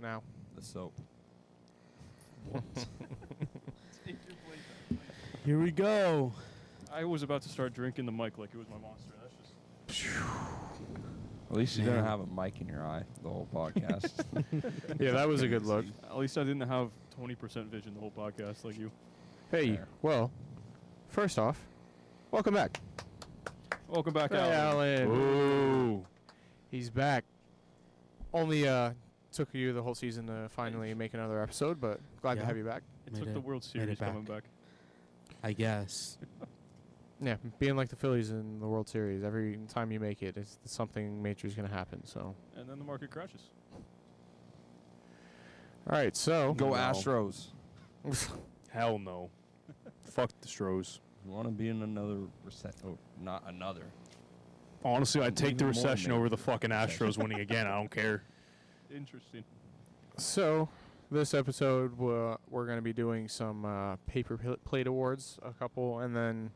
now? The soap. Here we go. I was about to start drinking the mic like it was my monster. That's just. At least you Man. don't have a mic in your eye the whole podcast. Yeah, that was a good look. At least I didn't have 20% vision the whole podcast like you. Hey, Fair. well, first off, welcome back. Welcome back, Hey, Alan. Alan. Ooh. He's back. Only uh, took you the whole season to finally make another episode, but glad to Yeah. have you back. It Made took the it- World made it Series coming back. I guess. Yeah, being like the Phillies in the World Series, every time you make it, it's something major is going to happen. So, all And then the market crashes. right, so Go No. Astros. Hell no. Fuck the Stros. You want to be in another recession? Oh, not another. Honestly, I'd take Even the more recession amazing over the fucking recession. Astros winning again. I don't care. Interesting. So, this episode we're, we're going to be doing some uh, paper pl- plate awards, a couple, and then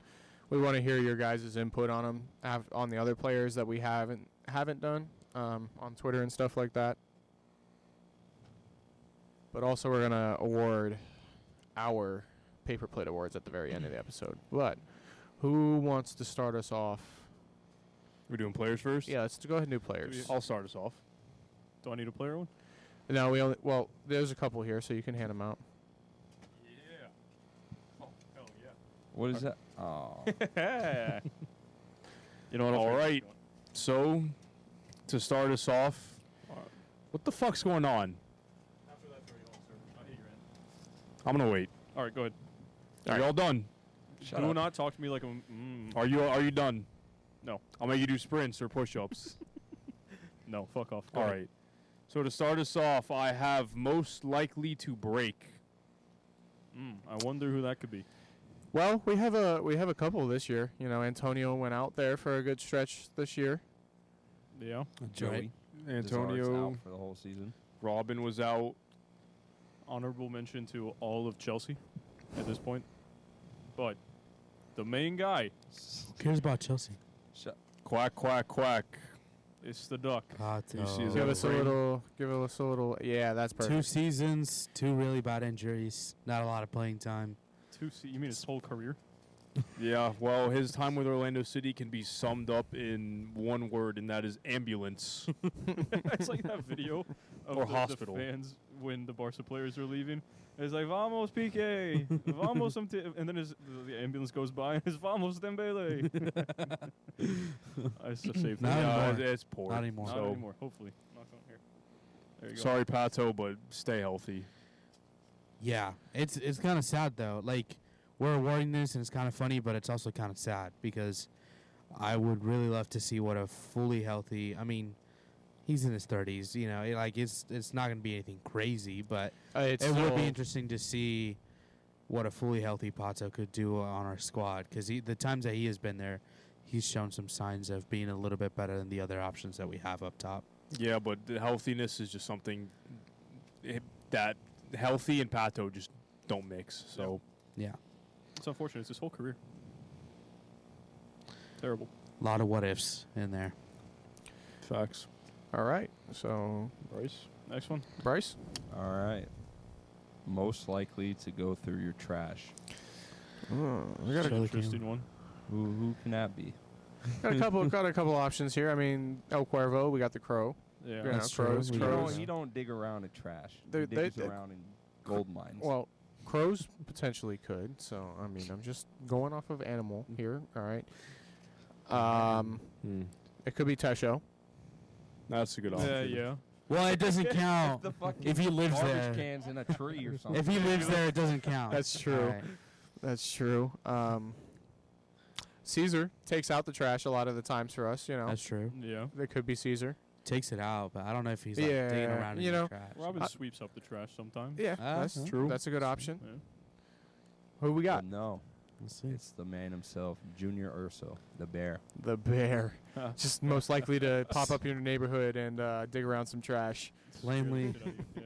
we want to hear your guys' input on them, have, on the other players that we haven't haven't done um, on Twitter and stuff like that. But also, we're going to award our paper plate awards at the very end of the episode. But who wants to start us off? We're doing players first? Yeah, let's go ahead and do players. I'll start us off. Do I need a player one? No, we only well, there's a couple here, so you can hand them out. Yeah. Oh, hell yeah. What is that? Oh, You know what? All right. So, to start us off, All right. what the fuck's going on? After that, three all, sir. I hate your end. I'm going to wait. All right, go ahead. Are you all done? shut Do up. not talk to me like I'm. Mm, Are you are you done? no. I'll make you do sprints or push-ups. No, fuck off. Go all ahead. right. So to start us off, I have most likely to break. Mm, I wonder who that could be. Well, we have a we have a couple this year. You know, Antonio went out there for a good stretch this year. Yeah. Joey. Desart's Antonio out for the whole season. Robin was out. honorable mention to all of Chelsea at this point. But the main guy Who cares about Chelsea? Shut. Quack quack quack. is the duck. Uh, God, You see no. his Give us a Frame. little, give us a little. Yeah, that's Two perfect. seasons, two really bad injuries, not a lot of playing time. Two se- you mean his whole career? Yeah, well, his time with Orlando City can be summed up in one word, and that is ambulance. it's like that video of Or the, hospital. the fans when the Barca players are leaving. It's like Vamos PK, Vamos, some t-" and then his, the, the ambulance goes by and it's Vamos Dembele. I s- saved Not that. Yeah, anymore. it's- it's poor. Not anymore. Not So, anymore. Hopefully, knock on here. There you go. Sorry, Pato, but stay healthy. Yeah, it's it's kind of sad though. Like we're awarding this, and it's kind of funny, but it's also kind of sad because I would really love to see what a fully healthy. I mean, he's in his thirties. You know, it, like it's it's not going to be anything crazy, but Uh, it's it would still- be interesting to see what a fully healthy Pato could do on our squad because the times that he has been there, he's shown some signs of being a little bit better than the other options that we have up top. Yeah, but the healthiness is just something it- that healthy and Pato just don't mix. So Yeah, It's unfortunate. It's his whole career. Terrible. a lot of what ifs in there. facts, All right. So Bryce. Next one. Bryce, All right. Most likely to go through your trash. we got got a, a- Charlie interesting one. Who, who can that be? got a couple, got a couple options here. I mean, El Cuervo, we got the Crow. Yeah. You know, That's true. crows, We You don't, crows. you don't dig around in trash. They- you they- dig they- around in gold mines. Well, crows potentially could. So I mean, I'm just going off of animal here. All right. Um, it could be Tesho. Hmm. That's a good option. Yeah, yeah. Well, it doesn't count. the fucking if he lives garbage there. cans in a tree or something. If he lives there, it doesn't count. That's true. All right. That's true. Um, Caesar takes out the trash a lot of the times for us. You know, That's true. Yeah. there could be Caesar. Takes it out, but I don't know if he's like Yeah, digging around in you the know, trash. Robin I- sweeps up the trash sometimes. Yeah, Ah, that's huh. true. That's a good option. Yeah. Who we Well, got? no, Let's see. it's the man himself, Junior Urso, the bear. The bear. Just most likely to pop up in your neighborhood and uh, dig around some trash. Lamely. Yeah.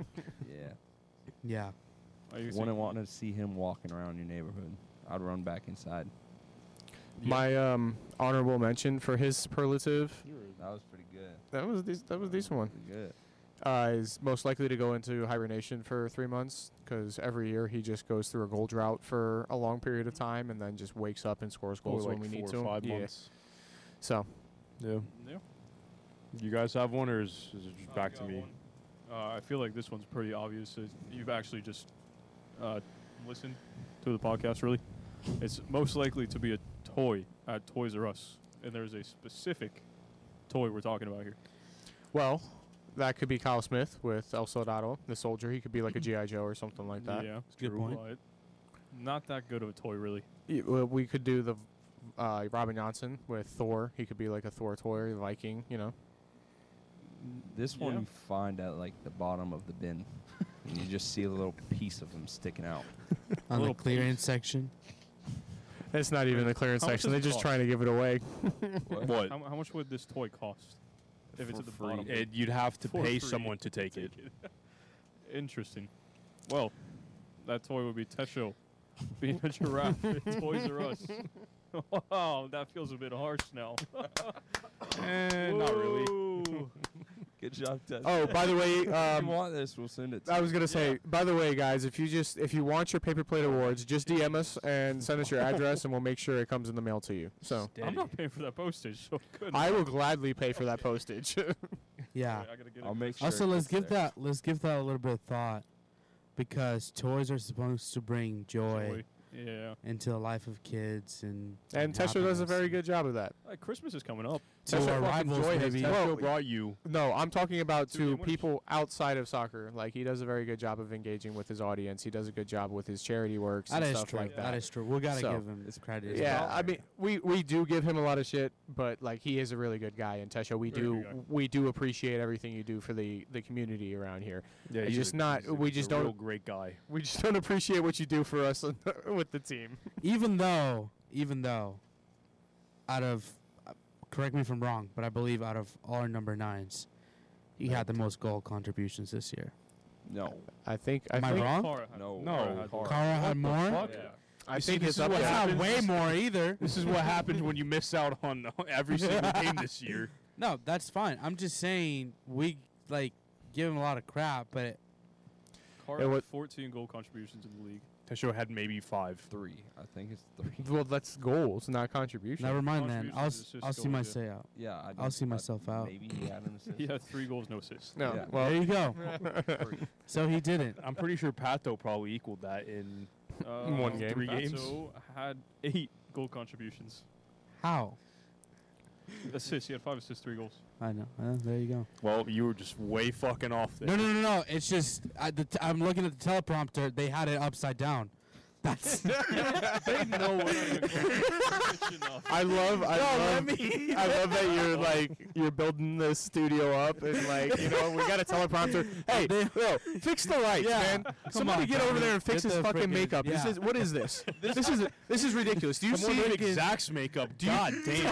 Yeah. Yeah. Are you Wouldn't want to see him walking around your neighborhood. I'd run back inside. Yeah. My um, honorable mention for his superlative. That was pretty good. That was a dec- that was a decent one. Pretty good. uh, is most likely to go into hibernation for three months because every year he just goes through a goal drought for a long period of time and then just wakes up and scores Or goals like when we need four to. or him. five Yeah. months. So Yeah. Yeah. You guys have one, or is, is it just back to me? Uh, I feel like this one's pretty obvious. It- You've actually just uh, listened to the podcast, really. It's most likely to be a toy at Toys R Us, and there's a specific toy we're talking about here. well, that could be Kyle Smith with El Soldado, the soldier. He could be like a GI Joe or something like that. Mm-hmm. Yeah, Good True. point. but not that good of a toy, really. Y- well, We could do the uh, Robin Johnson with Thor. He could be like a Thor toy, a Viking. You know, This one Yeah. you find at like the bottom of the bin, and you just see a little piece of him sticking out. on the Little clearance section. it's not even the clearance How much section. They're does it just cost? trying to give it away. What? How, mu- how much would this toy cost if For it's at the free. bottom? It, you'd have to For pay free. someone to take it. Take it. Interesting. Well, that toy would be Tesho being a giraffe at Toys R Us. wow, that feels a bit harsh now. Eh, Eh, not really. Whoa. Good job, Ted. Oh, by the way, if um, you want this, we'll send it. To I was gonna say, Yeah. by the way, guys, if you just if you want your paper plate awards, just DM us and send us your address, and we'll make sure it comes in the mail to you. So I'm not paying for that postage, so good. I will gladly pay for that postage. Yeah. I gotta get I'll it. make sure. Also, it let's gets give there. that let's give that a little bit of thought, because toys are supposed to bring joy, Toy. Yeah. into the life of kids and and Tesha does a very good job of that. Uh, Christmas is coming up. So Tesha fucking our rivals, Joy has maybe. Tesha Well, Well, brought you. No, I'm talking about Two game to winners. people outside of soccer. Like he does a very good job of engaging with his audience. He does a good job with his charity works That and is stuff true. like that. that is true. We gotta So, give him his credit. as yeah, well. I mean, we, we do give him a lot of shit, but like he is a really good guy, and Tesha, we Very good guy. do we do appreciate everything you do for the the community around here. Yeah, It's he's just a- not- he's a- we he's just a Real don't- great guy. We just don't appreciate what you do for us on- with the team. even though, even though, out of, uh, correct me if I'm wrong, but I believe out of all our number nines, he had the most goal contributions this year. No, I think I Am I think wrong? Cara had- no, No, had- Carl. Kara had more. fuck? Yeah. I You see, think this it's is up what It's there. happened. not happens- way more either. This is what happens when you miss out on every single game this year. No, that's fine. I'm just saying we like give him a lot of crap, but Cara Yeah, had what- 14 goal contributions in the league. Tesho had maybe five. Three. I think it's three. Well, that's goals, not contribution. never mind then. I'll Contributions s- and I'll assists see goals, my yeah. say out. Yeah, I I'll just- see I- myself out. Maybe he had an assist. He had three goals, no assists. No, Yeah. well, there you go. Three. So he didn't. I'm pretty sure Pato probably equaled that in Uh, One game. Three games. Fatso had eight goal contributions. How? assists. He had five assists, three goals. I know. Uh, there you go. Well, you were just way fucking off there. No, no, no, no. It's just I, the t- I'm looking at the teleprompter. They had it upside down. That's they know what I love, I love, me. I love that you're like you're building this studio up, and like you know we got a teleprompter. Hey, They- yo, fix the lights, Yeah. man. Come Somebody on, get over Tommy. there and fix Get his the fucking friggin- makeup. yeah. This is what is this? this is this is ridiculous. Do you Someone see made Zach's makeup. God damn.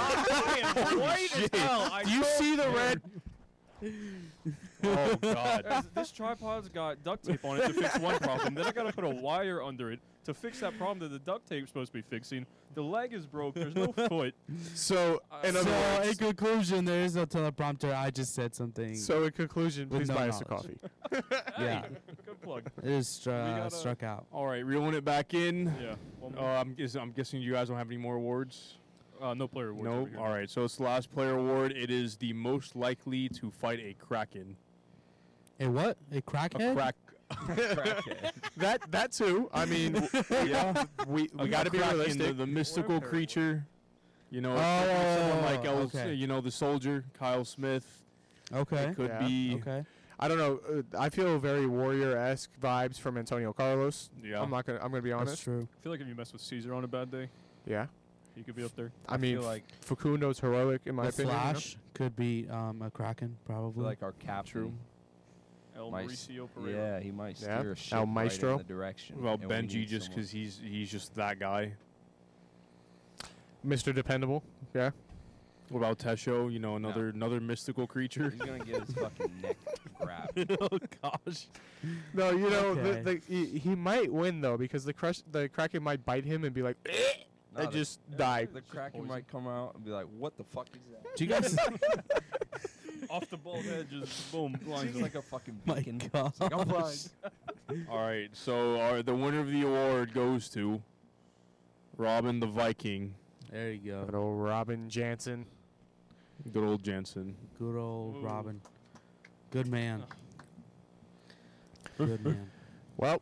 White as hell. I Do you see the red? oh God. Guys, this tripod's got duct tape on it to fix one problem. Then I gotta put a wire under it to fix that problem that the duct tape's supposed to be fixing. The leg is broke. There's no foot. So in Uh, other so in words, conclusion, there is no teleprompter. I just said something. so in conclusion, With please no buy us a knowledge. coffee. yeah, Good plug. it is stru- gotta- struck out. All right, reeling it back in. Yeah. One Uh, more. I'm, guess, I'm guessing you guys don't have any more awards. Uh, no player awards. No. over here. All right. So it's the last player award. It is the most likely to fight a kraken. A what? A A crackhead? crack. Crackhead. That that too. I mean, w- yeah. we a we got to be kraken, realistic. The, the mystical Warfare creature. You know, it's someone like El, okay. you know, the soldier Kyle Smith. Okay. It could Yeah. be. Okay. I don't know. Uh, I feel very warrior esque vibes from Antonio Carlos. Yeah. I'm not gonna. I'm gonna be That's honest. true. I feel like if you mess with Caesar on a bad day, Yeah. he could be up there. I, mean, feel like Facundo's heroic in my The opinion. you know? Flash could be um, a kraken, I feel probably. like our captain. El My s- Mauricio Pereira. Yeah, he might Yeah. steer El a ship right Maestro. in the direction. Well, and we Benji, need just someone- because he's he's just that guy. Mr. Dependable. Yeah. What about Tesho? You know, another another mystical creature. he's gonna get his fucking neck grabbed. oh gosh. No, you know, the, Okay. the, he, he might win though because the crush, the Kraken might bite him and be like, No, and the- just die. The Just Kraken poison. might come out and be like, "What the fuck is that?" Do you guys? Off the ball. bald head just boom blinds She's him. like a fucking My beacon. It's like, I'm blind. All right, so our, the winner of the award goes to Robin the Viking, There you Good go. old Robin Jansen. good old Jensen. Good old Ooh. Robin. Good man. Good man. Well,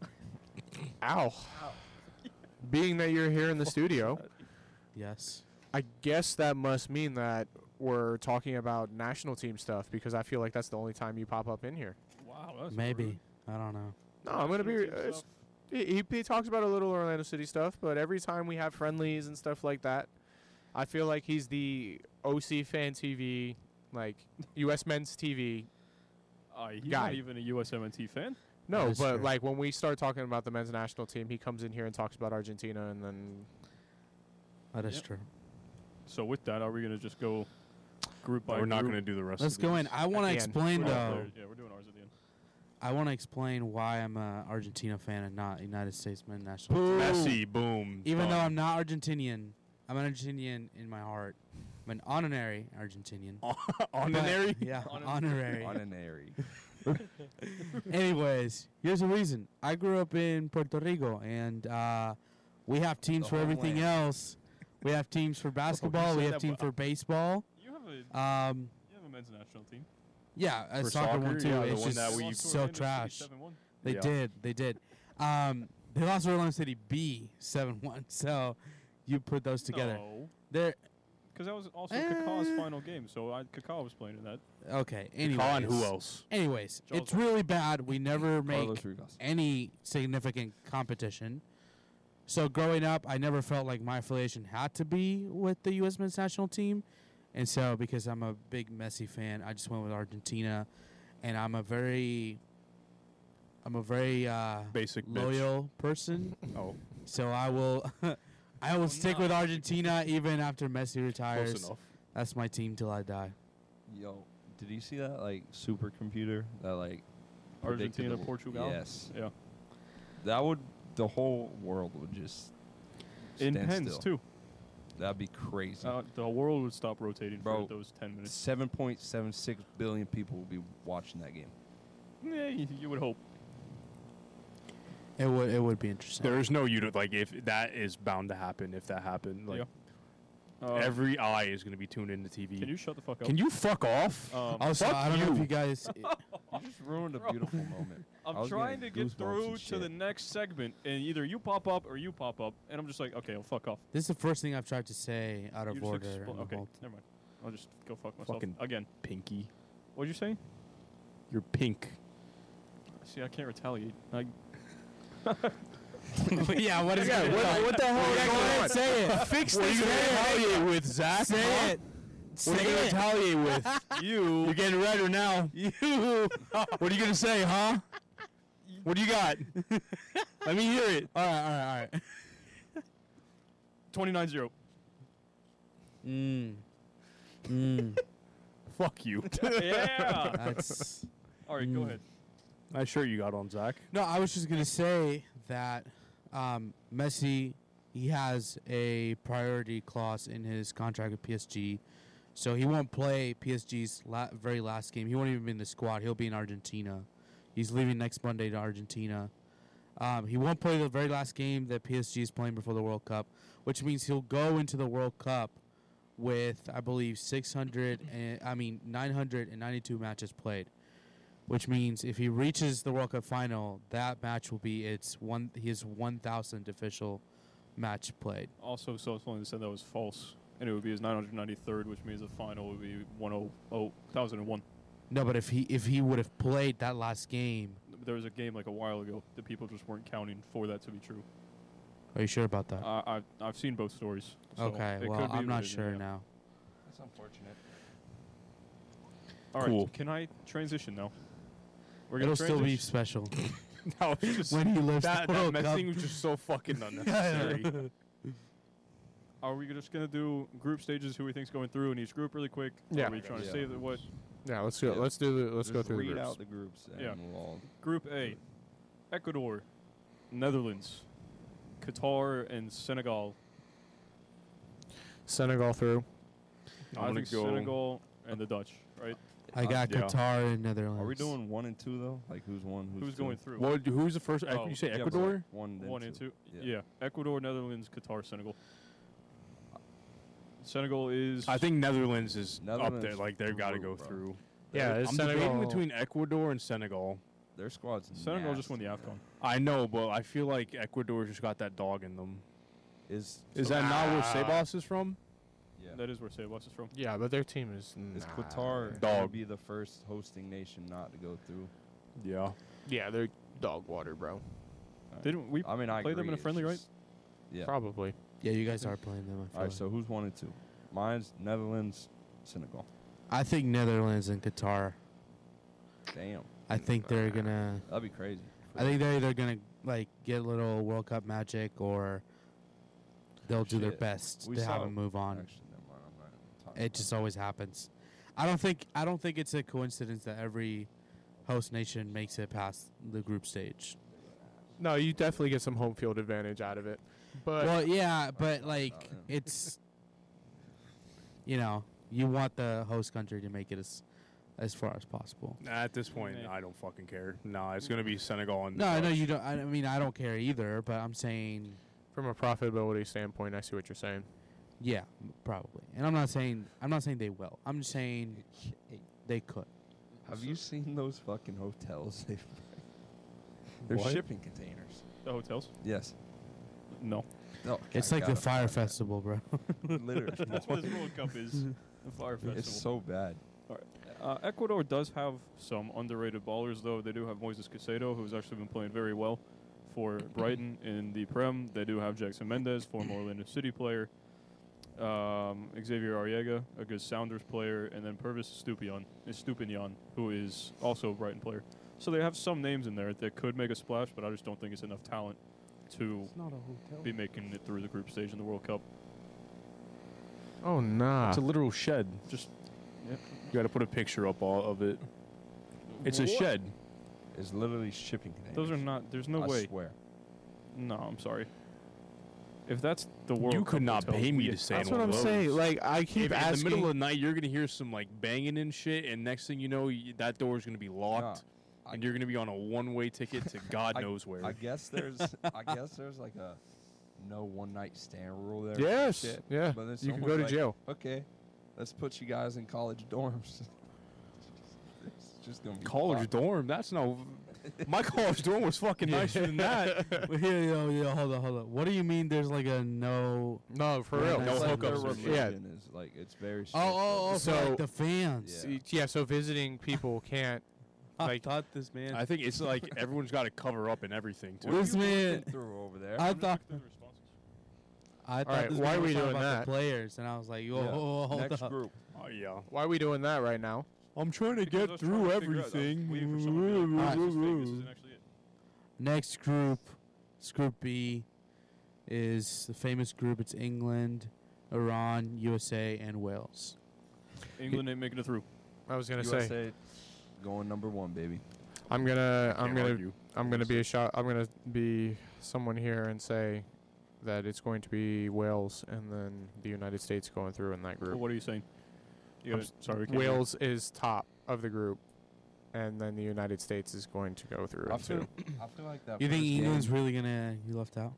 ow. Being that you're here in the studio, Yes. I guess that must mean that we're talking about national team stuff because I feel like that's the only time you pop up in here. wow, that's Maybe. rude. I don't know. No, Oh, I'm gonna be. uh, National team It's, stuff. he, he- he talks about a little Orlando City stuff, but every time we have friendlies and stuff like that, I feel like he's the OC fan TV, like U.S. men's TV. Uh, he's Guy. not even a USMNT fan. No, That but is true. like when we start talking about the men's national team, he comes in here and talks about Argentina, and then That is Yep. true. So with that, are we gonna just go group by We're not group? going to do the rest. Let's of go these. in. I want the to end. explain We're though. all there. Yeah, we're doing ours at the end. I want to explain why I'm a Argentina fan and not United States men's national. team. Messi, boom. Even though done. I'm not Argentinian, I'm an Argentinian in my heart. I'm an honorary Argentinian. on an But- airy. Yeah, Honorary. honorary. Honorary. Anyways, here's the reason. I grew up in Puerto Rico, and uh, we have teams The for everything homeland. else. We have teams for basketball. we said have that team well. for baseball. You have a you Um, have a men's national team. yeah, a For soccer, soccer, one too. yeah, the it's one just that They we- lost to so Orlando City trash. 7-1. They Yeah. did. They did. Um, they lost to Orlando City B seven one. So you put those together. Oh. No, They're because that was also Kaká's Eh. final game. So I, Kaká was playing in that. okay. Anyways, Kaká and who else? Anyways, Charles it's really bad. We never make Carlos Rugas. any significant competition. So growing up, I never felt like my affiliation had to be with the U.S. men's national team, and so because I'm a big Messi fan, I just went with Argentina, and I'm a very, I'm a very uh, Basic bitch. loyal person. Oh, So I will, I will stick with Argentina even after Messi retires. close enough. That's my team till I die. Yo, did you see that like supercomputer that like predicted Argentina, the- Portugal. Yes, Yeah. that would the whole world would just In stand pens still. too. That'd be crazy. Uh, the world would stop rotating Bro. for those ten minutes. Seven point seven six billion people will be watching that game. Yeah, you, you would hope. It would, it would be interesting. There is no unit like if that is bound to happen. If that happened, like Uh, every eye is going to be tuned into TV. Can you shut the fuck up? Can you fuck off? Um, also, Fuck I don't know if you. you guys. You just ruined a Bro. beautiful moment. I I'm was getting trying to get goosebumps through and to the shit. next segment, and either you pop up or you pop up, and I'm just like, okay, well, fuck off. This is the first thing I've tried to say out of You just order. expl- in the okay, whole- never mind. I'll just go fuck myself Fucking- again. Pinky, What'd you say? you're pink. See, I can't retaliate. I, yeah, what is Yeah, it? what- what the hell Go is ahead, going on? Say it. Fix What are you gonna retaliate with Zach? Say it. What are you gonna Say it. retaliate with? you. You're getting redder now. You. what are you gonna say, huh? What do you got? Let me hear it. All right, all right, all right. 29-0. Mm. Mm. Fuck you. yeah. That's. All right, go Mm. ahead. nice shirt you got on, Zach. No, I was just gonna say that um, Messi he has a priority clause in his contract with PSG, so he won't play PSG's la- very last game. He won't even be in the squad. He'll be in Argentina. He's leaving next Monday to Argentina. Um, he won't play the very last game that PSG is playing before the World Cup, which means he'll go into the World Cup with I believe 600 and I mean 992 matches played which means if he reaches the World Cup final, that match will be its one his 1,000th official match played. Also, so someone said that was false, and it would be his 993rd, which means the final would be oh, 1001. No, but if he if he would have played that last game, There was a game like a while ago that people just weren't counting for that to be true. are you sure about that? Uh, I, I've, I've seen both stories. so okay, it well could be I'm not revision, sure yeah. now. That's unfortunate. All right, Cool. can I transition now? We're It'll still be transition. special No, it's just when he lifts that, the that World mess Cup. thing was just so fucking unnecessary. Are we just gonna do group stages? Who we think's going through in each group, really quick? Yeah. Are we trying to Yeah. say that what yeah, let's go. Yeah. Let's do. The, let's go Just through the read groups. out the groups. And Yeah. we'll all- Group A: Ecuador, Netherlands, Qatar, and Senegal. Senegal through. I'm I gonna think go. Senegal and the Dutch. right? I got yeah. Qatar and Netherlands. Are we doing one and two though? Like who's one? Who's, Who's two? going through? What, who's the first? uh, Oh, you say Yeah, but Ecuador? like one, then One and two. Yeah. Yeah. Ecuador, Netherlands, Qatar, Senegal. Senegal is. I think Netherlands is up Netherlands there. Like they've got to through, go bro. through. Yeah, I'm it's debating Senegal- between Ecuador and Senegal. Their squad's. Senegal just won the nasty, AFCON. I know, but I feel like Ecuador just got that dog in them. though. Is Is that not where Sabas is from? yeah? That is where Sabas is from. Yeah, but their team is. Is nah. Qatar gonna Dog. be the first hosting nation not to go through? Yeah. Yeah, they're dog water, bro. Didn't we I mean, I play them in agree, a it's friendly, right? just- Yeah. Probably. Yeah, you guys are playing them. I, All right. feel So who's one and two? Mine's Netherlands, Senegal. like. I think Netherlands and Qatar. Damn, I think they're gonna. that'd be crazy. I think they're either gonna like get a little World Cup magic or they'll do their Shit. best We to have saw- them move on. Actually, never mind. I'm not even talking It about just that. always happens. I don't think I don't think it's a coincidence that every host nation makes it past the group stage. No, you definitely get some home field advantage out of it. But well, yeah, but about like them. it's you know, you want the host country to make it as as far as possible. At this point, Yeah. I don't fucking care. No, it's gonna be Senegal and. No, I know Dutch. you don't I mean I don't care either, but I'm saying from a profitability standpoint, I see what you're saying. yeah, probably. And I'm not saying I'm not saying they will. I'm just saying they could. Have you seen those fucking hotels? They've They're What? shipping containers. The hotels? Yes. No. No. It's like the fire festival, bro. Literally. That's what this World Cup is. The Fire Festival. It's so bad. Uh, Ecuador does have some underrated ballers, though. They do have Moises Casado, who's actually been playing very well for Brighton in the Prem. They do have Jackson Mendez, former Orlando City player, um, Xavier Arriaga, a good Sounders player, and then Purvis Stupinian, Stupinian, who is also a Brighton player. So they have some names in there that could make a splash, but I just don't think it's enough talent to not a hotel. be making it through the group stage in the World Cup. Oh nah. It's a literal shed. Just You got to put a picture up all of it. It's a What? shed. It's literally shipping containers. Those are not. There's no I way. swear. No, I'm sorry. If that's the World you Cup could not hotel, pay me we- to stay That's in what one I'm of those. saying. Like I keep If in the asking. middle of the night, you're gonna hear some like banging and shit, and next thing you know, y that door's gonna be locked, Nah, I- and you're gonna be on a one-way ticket to God I- knows where. I guess there's. I guess there's like a no one night stand rule there. or some yes. shit. Yeah. But then You can someone's go to like, jail. Okay, let's put you guys in college dorms. it's just gonna be college fucked. dorm? That's no. My college dorm was fucking nicer than that. Well, here, yo, yo, hold on, hold on. What do you mean? There's like a no. No, for Yeah, real. no It's like their hookups or shit. Yeah. religion is like it's very. Oh, strict oh, oh! with So So- like the fans. Yeah. See, Yeah. So visiting people can't. Like- thought this man. I think it's like everyone's got to cover up and everything What are too. This you man- looking through over there. I I'm thought. not gonna do the responses. I thought right, this why man are we was talking doing about that? The players, and I was like, yo, Yeah. ho- ho- hold Next up. group. Oh yeah. Why are we doing that right now? I'm trying to Because I was trying to figure out, I was waiting for someone to be like, "Oh, this is fake, this isn't actually it." Next group, it's Group B, is the famous group. It's England, Iran, USA, and Wales. England ain't making it through. I was gonna USA say. going number one, baby. I'm gonna. I'm Can't gonna. argue. I'm gonna be a shot. I'm gonna be someone here and say that it's going to be Wales and then the United States going through in that But group. what are you saying? You I'm gotta- sorry, we can't hear. Wales is top of the group, and then the United States is going to go through. I and feel, two. I feel like that. You think first England's game, really gonna? You left out.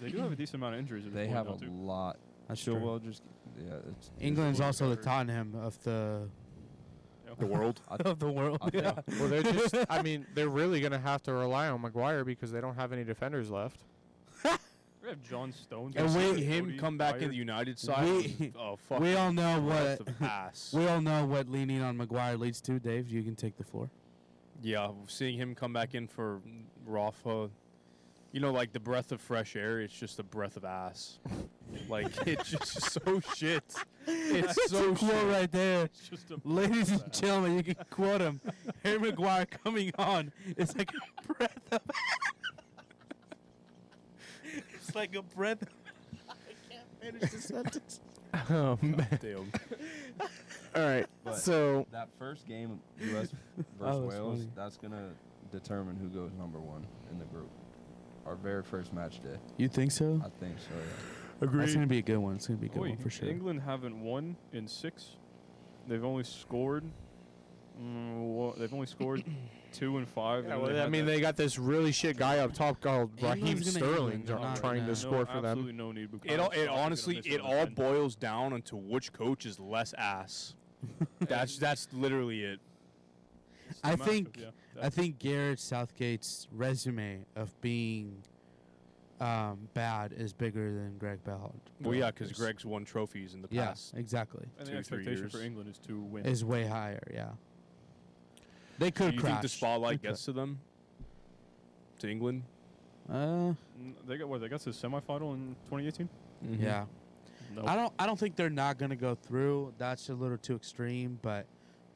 They do have a decent amount of injuries. At this They point have now, a too. lot. That's true. Chilwell just. Yeah. It's, England's England also the covered. Tottenham of the Yeah. The world. I of the world. I think- well, they're just. I mean, they're really gonna have to rely on Maguire because they don't have any defenders left. We have John Stones. And we seeing have him Cody come back in Dyer. the United side. We- was- oh fuck. we all know what That's the ass. we all know what leaning on McGuire leads to. Dave, you can take the floor. Yeah, seeing him come back in for Rafa, you know, like the breath of fresh air. It's just a breath of ass. like it's just so shit. It's so quote shit. right there, It's just a ladies and gentlemen. You can quote him. Harry Maguire coming on. It's like a breath of. it's like a breath. Of, I can't finish the sentence. Oh man! Damn. All right. But- so That first game, U.S. versus Oh, that's Wales, funny. that's gonna determine who goes number one in the group. Our very first match day, You think so? I think so. Yeah. It's gonna be a good one. It's gonna be a good Boy, one for sure. England haven't won in six. They've only scored mm, They've only scored two and five. Yeah, and well, they I had mean, that- they got this really shit guy up top called England's Raheem gonna Sterling England, they're dr- not trying gonna- to No, score for them. Absolutely no need. Bukayo It all, Saka's it gonna honestly, miss it another all pen. boils down into which coach is less ass. that's that's literally it. It's I massive, think- yeah. I think Garrett Southgate's resume of being um, bad is bigger than Greg Bell. Well, yeah, because Bellander's. Greg's won trophies in the Yeah, past. exactly. And two, the three expectation for years. England is to win. Is way higher. Yeah. They Do could you crash. think the spotlight They gets to them? To England? could. Uh, N- they got what? They got to the semifinal in 2018. yeah. No. I don't. I don't think they're not gonna go through. That's a little too extreme, but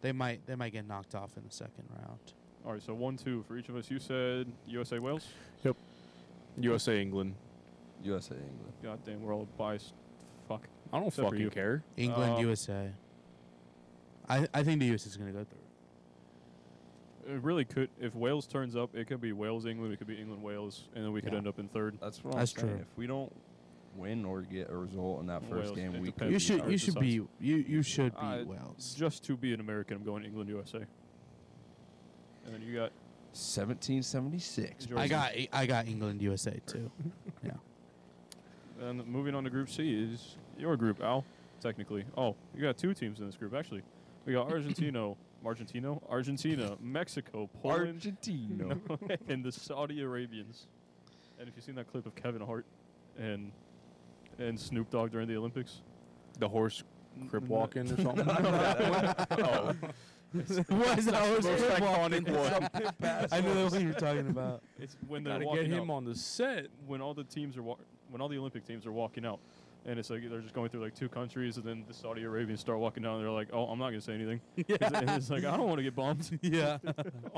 they might. They might get knocked off in the second round. All right, so one, two for each of us. You said USA Wales. USA England. USA England. God damn, we're all biased. Fuck. I don't Except for fucking you. care. England, Um, USA. I I think the USA is gonna go through. It really could. If Wales turns up, it could be Wales England. It could be England Wales, and then we could Yeah. end up in third. That's what That's I'm saying. true. If we don't win or get a result in that first Wales, game, it we depends. could You be should- out. you should be- You you should Uh, Wales. Just to be an American, I'm going England USA. And then you got 1776. Georgia. I got I got England USA too. And moving on to Group C is your group, Al. Technically, oh, you got two teams in this group actually. We got Argentino, Argentino, Argentina, Mexico, Poland, Argentina. and the Saudi Arabians. And if you've seen that clip of Kevin Hart and and Snoop Dogg during the Olympics, The horse crib walking or something. oh, what is that? Most iconic one. I know what you were talking about. it's when they're Gotta walking get out. him on the set. when all the teams are wa- when all the Olympic teams are walking out, and it's like they're just going through like two countries, and then the Saudi Arabians start walking down. And they're like, "Oh, I'm not gonna say anything." 'Cause it- it's like I don't want to get bombed. Yeah.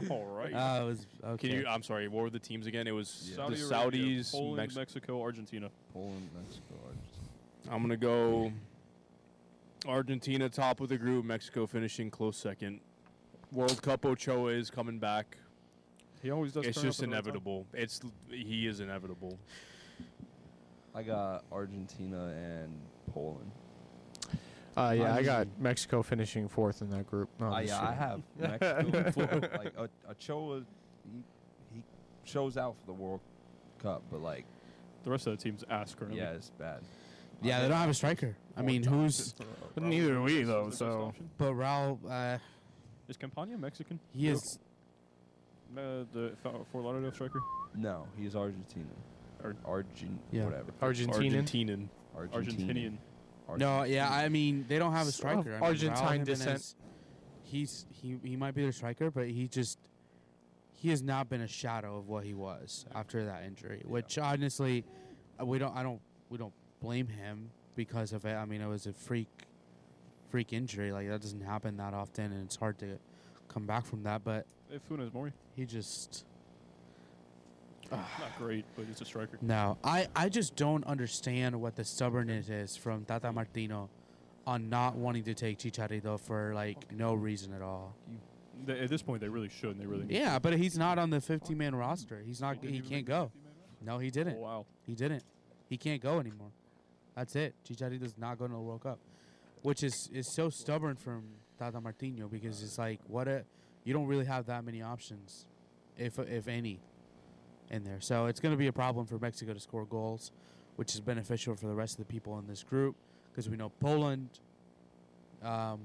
all right. Ah, it was okay. Can you? I'm sorry. What were the teams again? It was Yeah. the Saudi Arabia, Saudis. Poland, Mex- Mexico, Argentina. Poland, Mexico, Argentina. I'm gonna go. Argentina top of the group. Mexico finishing close second. World Cup Ochoa is coming back. He always does. it's just inevitable. It's he is inevitable. I got Argentina and Poland. Uh, yeah, I got Honestly. Mexico finishing fourth in that group. Oh, No, I, I'm just yeah, kidding. I have Mexico. and Poland. like O- Ochoa, he, he shows out for the World Cup, but like, The rest of the team's ass currently. yeah, it's bad. Yeah, they don't have a striker. I mean, who's? But neither do we Is though. the best So option? But Raul, uh, is Campania Mexican? he is. Uh, the Fa- Fort Lauderdale striker. No, he's Argentina. Ar- Argent, Yeah. whatever. Argentinian. Argentinian. Argentinian. No, yeah, Argentina. I mean, they don't have S- a of striker. I mean, Raul Argentine descent. Jimenez, He's he he might be their striker, but he just he has not been a shadow of what he was after that injury. Which honestly, uh, we don't I don't we don't blame him because of it. I mean, it was a freak freak injury. Like that doesn't happen that often, and it's hard to come back from that. But If Uh, Funes Mori, he just not great, but it's a striker. No, I, I just don't understand what the stubbornness is from Tata Martino on not wanting to take Chicharito for like no reason at all. They, at this point, they really should. and They really. need Yeah, but he's not on the 15 man roster. He's to. not. Did He even can't make the go. 50 man roster? No, he didn't. Oh, Wow. He didn't. He can't go anymore. That's it. Chicharito does not go to the World Cup, which is is so stubborn from Tata Martino because it's like what a you don't really have that many options, if if any, in there. So it's going to be a problem for Mexico to score goals, which is beneficial for the rest of the people in this group because we know Poland. Um,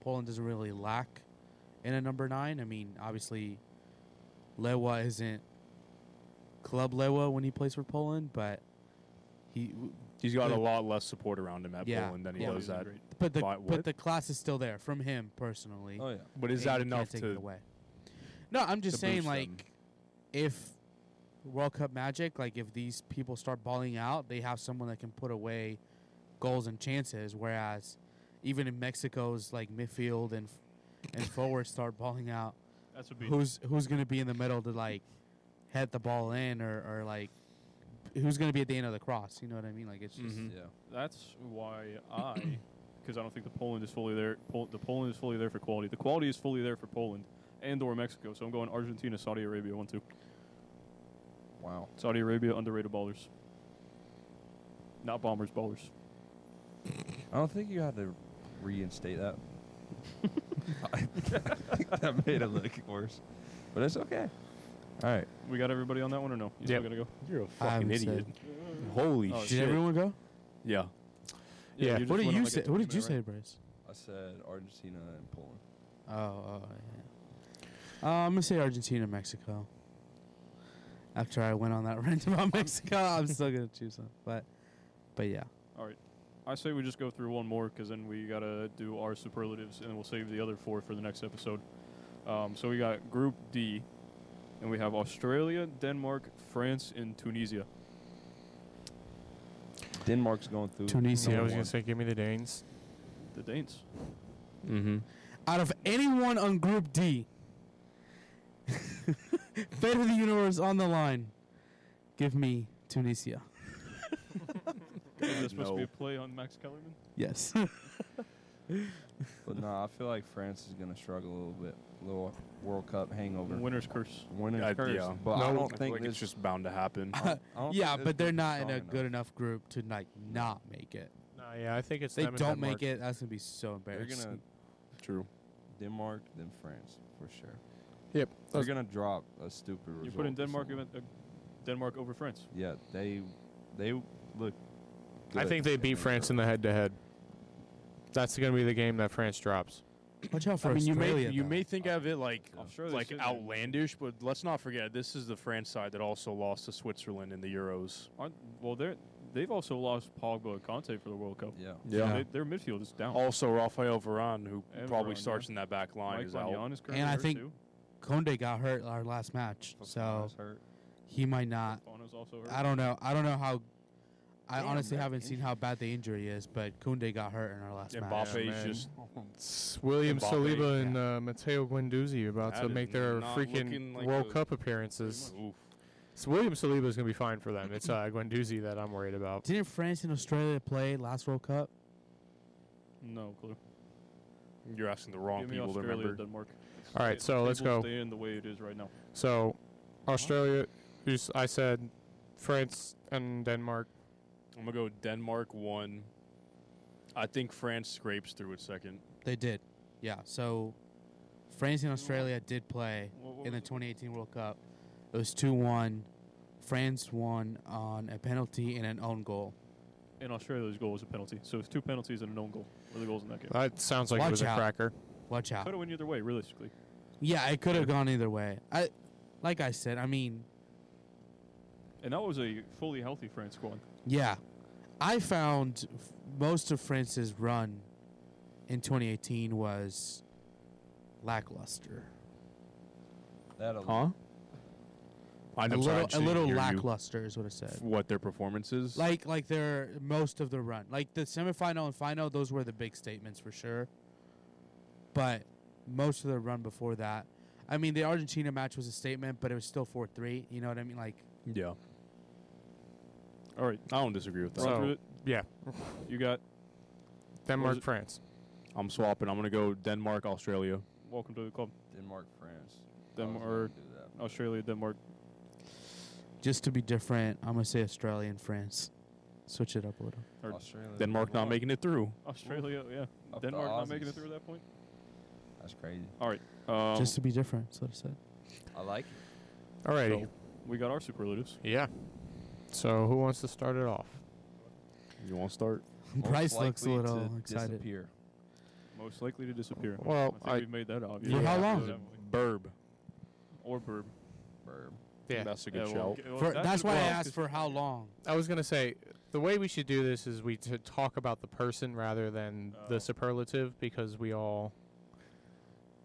Poland doesn't really lack in a number nine. I mean, obviously, Lewa isn't club Lewa when he plays for Poland, but he He's got a The- lot less support around him at Yeah. Poland than he Yeah, does they're at. great. but the Why- but what? the class is still there from him personally. Oh yeah. But is and that you can't enough take it to? away? No, I'm just to saying boost like them? if World Cup magic, like if these people start balling out, they have someone that can put away goals and chances. Whereas even in Mexico's like midfield and f- and forwards start balling out, That's would be. who's who's gonna be in the middle to like head the ball in or, or like who's gonna be at the end of the cross? You know what I mean? Like it's just Mhm. Yeah. That's why I, because I don't think the Poland is fully there. Pol- the Poland is fully there for quality. The quality is fully there for Poland and or Mexico. So I'm going Argentina, Saudi Arabia, one two. Wow. Saudi Arabia underrated ballers, not bombers, ballers. I don't think you have to reinstate that. I that made it look worse, but it's okay. All right. We got everybody on that one or no? You Yep. still gotta go. You're a I fucking haven't idiot. said- Holy Oh, shit. Did everyone go? yeah. Yeah, just What went did on you like a say? What did you 20 say, minute Bryce? I said Argentina and Poland. Oh, oh yeah. Uh, I'm gonna say Argentina, Mexico. After I went on that rant about Mexico, I'm still gonna choose them. But, but yeah, rant. All right. I say we just go through one more because then we gotta do our superlatives and we'll save the other four for the next episode. Um, so we got Group D, and we have Australia, Denmark, France, and Tunisia. Denmark's going through. Tunisia. Yeah, I was One. gonna say, give me the Danes. The Danes. Mm-hmm. out of anyone on Group D, fate of the universe on the line. Give me Tunisia. Is that supposed to be a No. play on Max Kellerman? Yes. But no, I feel like France is going to struggle a little bit. little World Cup hangover. Winner's curse. Winning I- curse. yeah. But I No, don't think like this, it's just bound to happen. I don't- I don't yeah, think this but they're group's not in strong a enough. good enough group to like not make it. Nah, yeah, I think it's If they don't make it, that's gonna be so They're embarrassing. going to True. Denmark, then France for sure. Yep. They're Those- going to drop a stupid result. You put in or Denmark, something. uh, Denmark over France. Yeah, they they look. I think they beat France in the head-to-head. That's gonna be the game that France drops. Watch out for I mean, you may Australia, you though. may think of it like I'm sure they like should be. outlandish, but let's not forget this is the France side that also lost to Switzerland in the Euros. Aren't, well, they're they've also lost Pogba and Conte for the World Cup. Yeah. Yeah. They, their midfield is down. Also, Rafael Varane, who Varane, probably yeah. starts in that back line, Mike is out. Maignan is currently And I hurt, think- too. Conde got hurt our last match, so That's hurt. he might not. Fofana's also hurt. I don't know. I don't know how. I Damn, honestly that haven't seen injury. how bad the injury is, but Kunde got hurt in our last And match. Mbappe is man. just It's William Mbappe, Saliba yeah. and uh, Matteo Guendouzi about That to is make their not freaking looking like World a- Cup appearances. oof. So William Saliba is gonna be fine for them. It's uh, Guendouzi that I'm worried about. Didn't France and Australia play last World Cup? No clue. You're asking the wrong Give me people to Australia, remember. Denmark. All right, Stay- so let's table go. Stay in the way it is right now. So, Australia. you s- I said France and Denmark. I'm gonna go Denmark one. I think France scrapes through at second. They did. Yeah. So France and Australia did play What, what in the was 2018 World Cup. It was 2-1. France won on a penalty and an own goal. it? and Australia's goal was a penalty. So it's two penalties and an own goal. Were the goals in that game? That sounds like it was Watch a out. cracker. Watch out. Could have went either way, realistically. Yeah, it could have gone either way. I, like I said, I mean, And that was a fully healthy France squad. yeah, I found f- most of France's run in 2018 was lackluster. That'll I a know. little, a little lackluster is what I said. What their performance is. Like, like their most of the run, like the semifinal and final, those were the big statements for sure. But most of the run before that, I mean, the Argentina match was a statement, but it was still four three. You know what I mean? Like, yeah. All right, I don't disagree with that. run So- through it. Yeah, You got Denmark, it? France. I'm swapping. I'm gonna go Denmark, Australia. welcome to the club. Denmark, France. I was gonna Denmark, do that. Australia, Denmark. just to be different, I'm gonna say Australia and France. Switch it up a little. or Australia. Denmark not Denmark. making it through. Australia, yeah. Up the Denmark not making Aussies. it through at that point. That's crazy. Um, just to be different. That's what I said. I like it. Alrighty. So- we got our superlatives. Yeah. So who wants to start it off? You want to start? Most Bryce looks a likely little to excited. Disappear. Most likely to disappear. Well, I think I- we've made that obvious. For how long? haven't we? Burb. Or Burb. Burb. That's a Yeah, good well, shout. g- well, For, that's, a- why I well, asked for how long. I was gonna say the way we should do this is we t- talk about the person rather than Oh. the superlative because we all.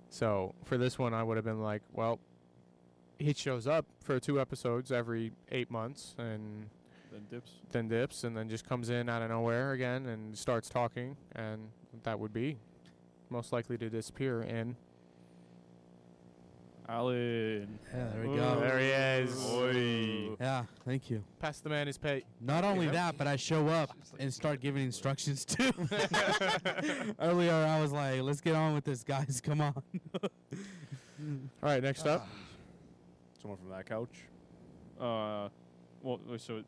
So for this one, I would have been like, well, he shows up for two episodes every eight months and Then dips. then dips and then just comes in out of nowhere again and starts talking and that would be most likely to disappear in. Alan. Yeah, there we Oh. go. There he is. Oi. Yeah, thank you. Pass the man his pay. Not only Yeah. that, but I show up and start giving instructions too. Earlier, I was like, "Let's get on with this, guys. Come on." All right, next up. Uh, Someone from that couch. Uh, well, wait, so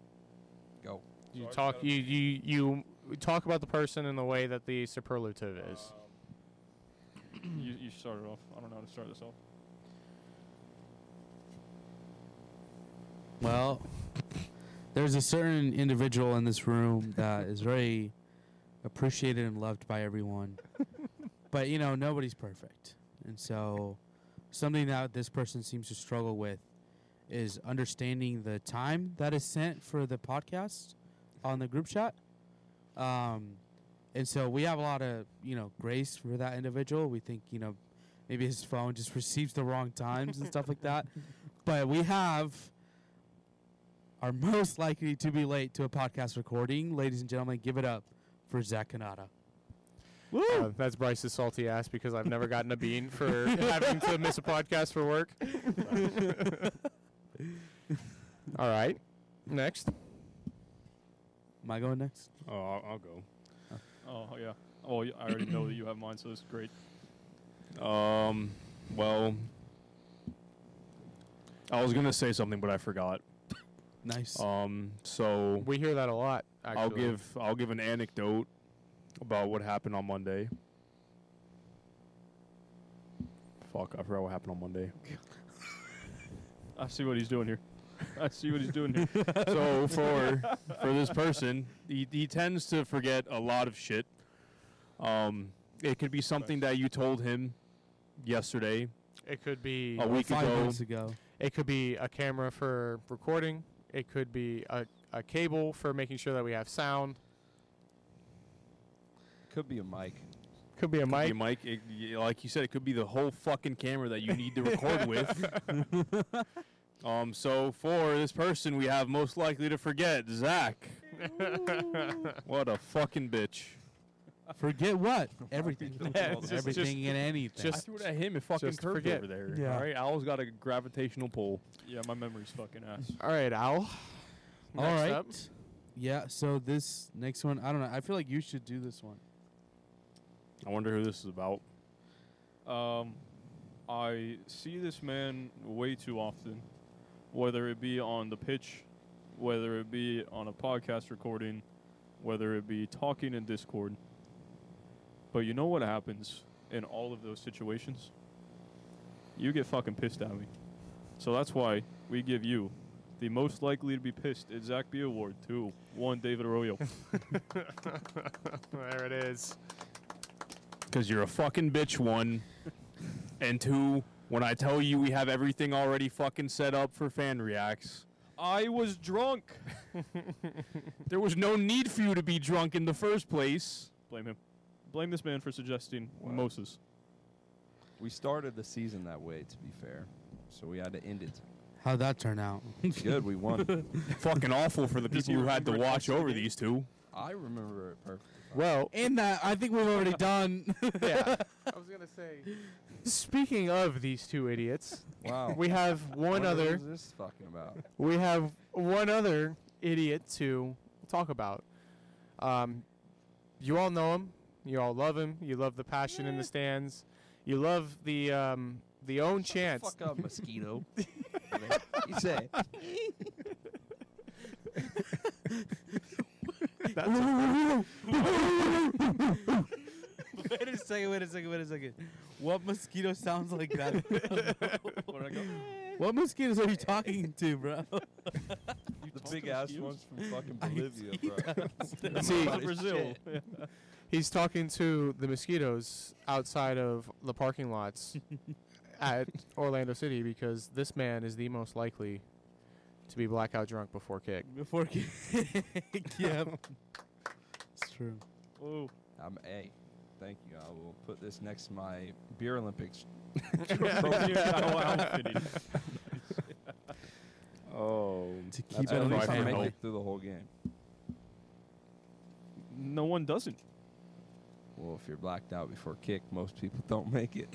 Go. You So I just talk. gotta- You you you talk about the person in the way that the superlative is. um, you, you started off. I don't know how to start this off. Well, there's a certain individual in this room that is very appreciated and loved by everyone. but, you know, nobody's perfect. And so, something that this person seems to struggle with is understanding the time that is sent for the podcast on the group chat. Um, and so, we have a lot of, you know, grace for that individual. We think, you know, maybe his phone just receives the wrong times and stuff like that. But we have are most likely to be late to a podcast recording. Ladies and gentlemen, give it up for Zach Kanata. Uh, that's Bryce's salty ass because I've never gotten a bean for having to miss a podcast for work. All right. Next. Am I going next? Oh, I'll, I'll go. Oh yeah. Oh, y- I already know that you have mine, so this is great. Um, well, I was gonna say something, but I forgot. Nice. Um, so We hear that a lot. Actually. I'll give I'll give an anecdote about what happened on Monday. Fuck, I forgot what happened on Monday. I see what he's doing here. I see what he's doing here. so for for this person, he, he tends to forget a lot of shit. Um, it could be something that you told him yesterday, It could be. a week Five ago. minutes ago. It could be a camera for recording. It could be a, a cable for making sure that we have sound. Could be a mic. Could be a Could mic. be Mike, it, y- like you said, it could be the whole fucking camera that you need to record with. Um, so for this person, we have most likely to forget Zach. what a fucking bitch! Forget what? Everything. Yeah, just- Everything and anything. I threw it at him. It fucking just curved forget. over there. Yeah. All right, Al's got a gravitational pull. Yeah, my memory's fucking ass. All right, Al. All Next right. up. Yeah, so this next one, I don't know. I feel like you should do this one. I wonder who this is about. Um, I see this man way too often, whether it be on the pitch, whether it be on a podcast recording, whether it be talking in Discord. But you know what happens in all of those situations? You get fucking pissed at me. So that's why we give you the most likely to be pissed at Zach B award to one David Arroyo. there it is. Because you're a fucking bitch, one. and two, when I tell you we have everything already fucking set up for fan reacts, I was drunk. there was no need for you to be drunk in the first place. Blame him. Blame this man for suggesting Wow. Moses. We started the season that way, to be fair. So we had to end it. How'd that turn out? Good, we won. fucking awful for the Does people he who had to remember it watch after the over game? these two. I remember it perfectly. fine. Well, In that, I think we've already done. yeah. I was gonna say. Speaking of these two idiots, Wow. we have one What other. is this fucking about? We have one other idiot to talk about. Um, you all know him. You all love him. You love the passion Eh. in the stands. You love the um, the own chance. Fuck up, mosquito. you say. wait a second, wait a second, wait a second. What mosquito sounds like that? what mosquitoes are you talking to, bro? The big ass ones from fucking Bolivia, bro. See, About Brazil. shit. he's talking to the mosquitoes outside of the parking lots at Orlando City because this man is the most likely to be blackout drunk before kick. Before kick. yep. It's true. Oh, I'm a. Thank you. I will put this next to my beer Olympics. Oh, To keep I it don't know if on I fan make hope. it through the whole game. no one doesn't. Well, if you're blacked out before kick, most people don't make it.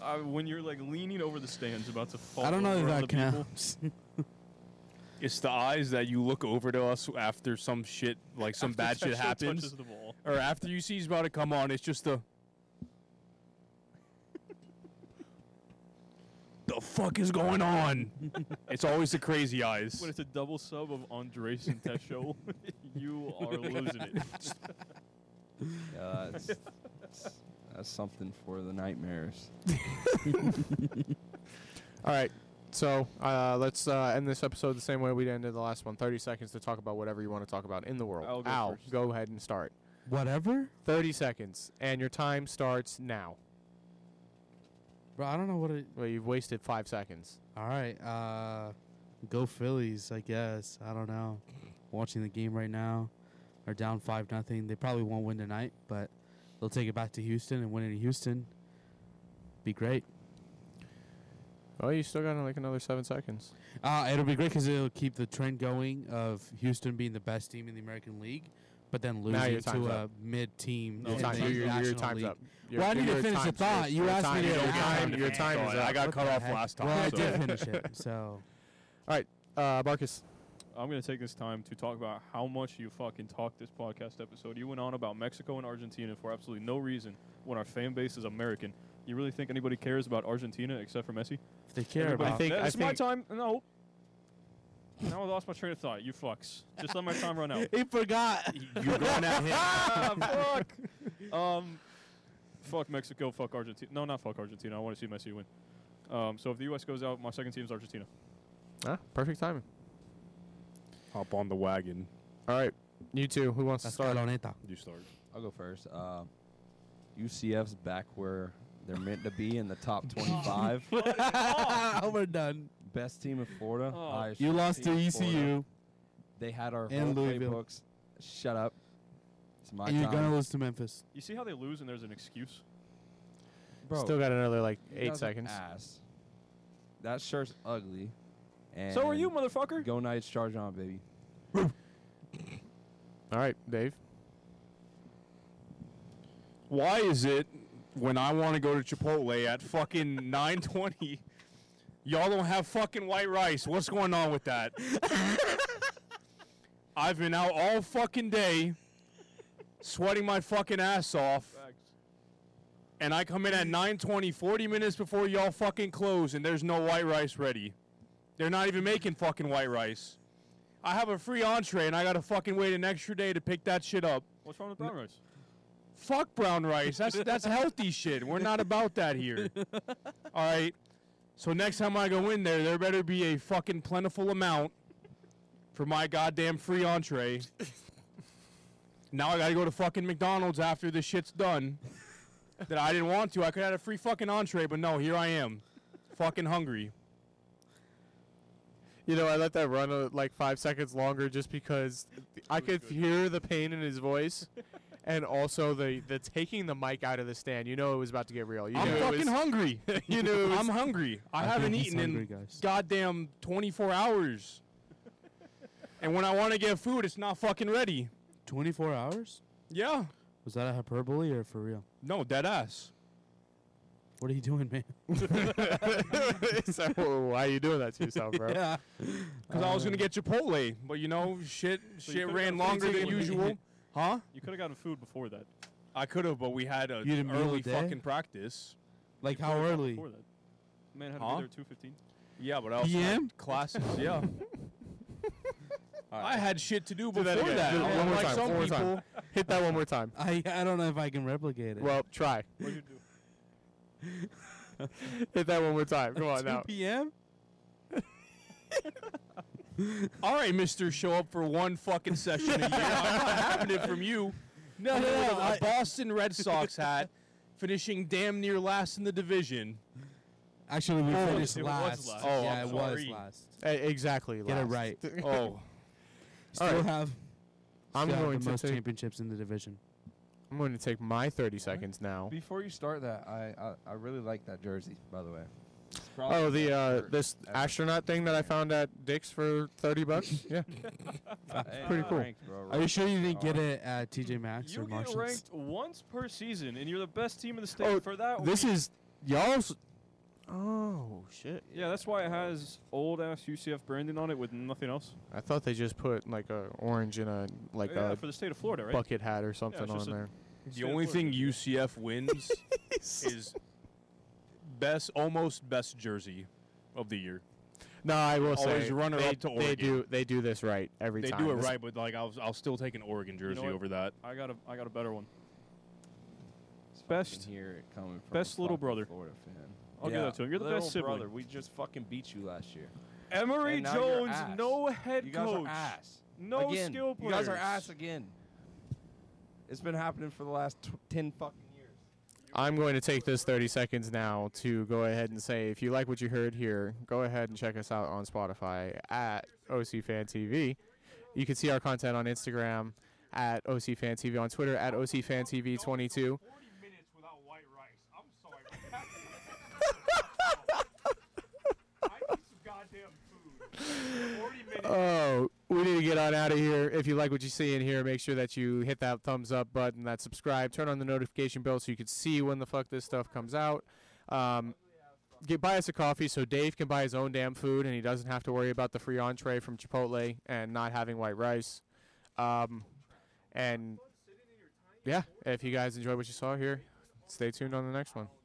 Uh, when you're like leaning over the stands, about to fall. I don't know over if on that the people. counts. It's the eyes that you look over to us after some shit, like some After bad shit Tesha happens, touches the ball. or after you see he's about to come on. It's just the. the fuck is going on? it's always the crazy eyes. When it's a double sub of Andres and Tesho, you are losing it. Uh, it's, it's, That's something for the nightmares. All right. So uh, let's uh, end this episode the same way we ended the last one. 30 seconds to talk about whatever you want to talk about in the world. I'll go Al, first. go ahead and start. Whatever, 30 seconds, and your time starts now. bro. I don't know what it. Well, you've wasted five seconds. All right, uh, go Phillies. I guess I don't know. Watching the game right now, are down five nothing. They probably won't win tonight, but they'll take it back to Houston and win it in Houston. Be great. Oh, you still got like another seven seconds. Uh, it'll be great because it'll keep the trend going of Houston being the best team in the American League, but then Now your losing to time's a up. mid team. No, your it's time, not your, your- your National time's League. up. Your- Why didn't you your finish the time's- thought? your- You your asked me time- to your finish time- it. Your time is up. I got What cut the off heck? last time. Well, I so- did finish it. So Uh, Marcus. I'm going to take this time to talk about how much you fucking talked this podcast episode. You went on about Mexico and Argentina for absolutely no reason when our fan base is American. You really think anybody cares about Argentina except for Messi? if they care Everybody- I about, think- That's my think- time. No. Now I lost my train of thought. You fucks. Just let my time run out. he forgot. You're going at ah, fuck. Um, fuck Mexico. Fuck Argentina. No, not fuck Argentina. I want to see Messi win. Um, so if the U.S. goes out, my second team is Argentina. Ah, perfect timing. Hop on the wagon. All right. You two. Who wants to That's start? Caloneta. You start. I'll go first. Uh, UCF's back where they're meant to be in the top 25. We're done. Best team in Florida. Oh. highest You ranked lost to team in E Florida. ECU, They had our And whole Louisville. playbooks. Shut up. It's my and you're time. gonna lose to Memphis. You see how they lose and there's an excuse? Bro, Still got another like you eight guys are seconds. Ass. That shirt's ugly. And so are you, motherfucker. Go Knights, charge on, baby. All right, Dave. Why is it when I want to go to Chipotle at fucking 9:20, y'all don't have fucking white rice? What's going on with that? I've been out all fucking day, sweating my fucking ass off, and I come in at 9:20, 40 minutes before y'all fucking close, and there's no white rice ready. They're not even making fucking white rice. I have a free entree, and I gotta fucking wait an extra day to pick that shit up. What's wrong with brown rice? Fuck brown rice. That's that's healthy shit. We're not about that here. All right. So next time I go in there, there better be a fucking plentiful amount for my goddamn free entree. now I gotta go to fucking McDonald's after this shit's done. That I didn't want to. I could have had a free fucking entree, but no, here I am. Fucking hungry. You know, I let that run uh, like five seconds longer just because I could hear the pain in his voice, and also the the taking the mic out of the stand. You know, it was about to get real. You I'm knew it fucking was, hungry. You knew it was, I'm hungry. I, haven't eaten in guys. goddamn 24 hours. and when I want to get food, it's not fucking ready. 24 hours? Yeah. Was that a hyperbole or for real? No, dead ass. What are you doing, man? So, why are you doing that to yourself, bro? Yeah. Because I was gonna get Chipotle, but you know, shit, So you shit could've ran got a free longer than ticket. usual, huh? You could have gotten food before that. I could have, but we had a You had a meal a early day? fucking practice. like how Before- early? Before that. Man had to Huh? be there at 2:15. Yeah, but I also PM? had classes. Yeah, I had shit to do Do before that that. again. Do it Unlike one more time. some one more people, time. Hit that one more time. I I don't know if I can replicate it. Well, try. What'd you do? Hit that one more time. Come on 2 now. p.m. all right, Mister, show up for one fucking session a year. I'm not having it from you. No, With no, no, a I- Boston Red Sox hat, finishing damn near last in the division. Actually, we Oh, finished it was last. last. Oh, yeah, I'm it was sorry. last. E- exactly. Get it last. right. Oh, Still right. have. I'm still have going the to most take. championships in the division. I'm going to take my 30 seconds now. Before you start that, I, I, I really like that jersey, by the way. It's probably Oh, the best uh, shirt this ever. astronaut thing that I found at Dick's for 30 bucks. Yeah. Hey, pretty cool. ranked, bro, Are you ranked. sure you didn't get Alright. it at TJ Maxx You or get Marshalls? ranked once per season, and you're the best team in the state Oh, for that. This week. is y'all's. Oh shit! Yeah, that's why it has old ass UCF branding on it with nothing else. I thought they just put like a orange and a like uh, yeah, a for the state of Florida, right? bucket hat or something just on a- there. State The of only Florida. thing UCF wins is best, almost best jersey of the year. No, I will say Always runner they, up to they Oregon. do they do this right every They time. do it This- right, but like I was, I'll still take an Oregon jersey what? over that. I got a I got a better one. It's Best- fucking hear it coming from best a little fucking brother. Florida fan. I'll give that to him. You're the little best sibling. brother. We just fucking beat you last year. Emery And now you're Jones, ass. no head you guys coach, are ass. no again. skill You players. guys are ass again. It's been happening for the last tw- ten fucking years. I'm going to take this 30 seconds now to go ahead and say if you like what you heard here, go ahead and check us out on Spotify at OCFanTV. You can see our content on Instagram at OCFanTV, on Twitter at OCFanTV22. Oh, we need to get on out of here. If you like what you see in here, make sure that you hit that thumbs up button, that subscribe, turn on the notification bell so you can see when the fuck this stuff comes out. Um, get buy us a coffee so Dave can buy his own damn food and he doesn't have to worry about the free entree from Chipotle and not having white rice. Um, and yeah, if you guys enjoyed what you saw here, stay tuned on the next one.